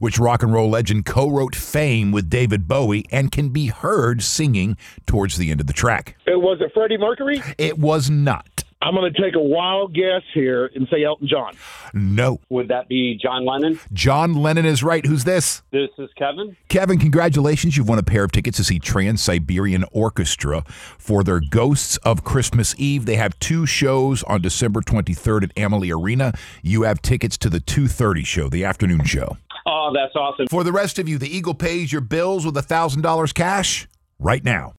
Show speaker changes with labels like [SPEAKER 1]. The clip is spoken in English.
[SPEAKER 1] which rock and roll legend co wrote Fame with David Bowie and can be heard singing towards the end of the track.
[SPEAKER 2] It Uh, was it Freddie Mercury?
[SPEAKER 1] It was not.
[SPEAKER 2] I'm going to take a wild guess here and say Elton John.
[SPEAKER 1] No.
[SPEAKER 3] Would that be John Lennon?
[SPEAKER 1] John Lennon is right. Who's this?
[SPEAKER 3] This is Kevin.
[SPEAKER 1] Kevin, congratulations. You've won a pair of tickets to see Trans Siberian Orchestra for their Ghosts of Christmas Eve. They have two shows on December 23rd at Amalie Arena. You have tickets to the 2:30 show, the afternoon show.
[SPEAKER 3] Oh, that's awesome.
[SPEAKER 1] For the rest of you, the Eagle pays your bills with $1,000 cash right now.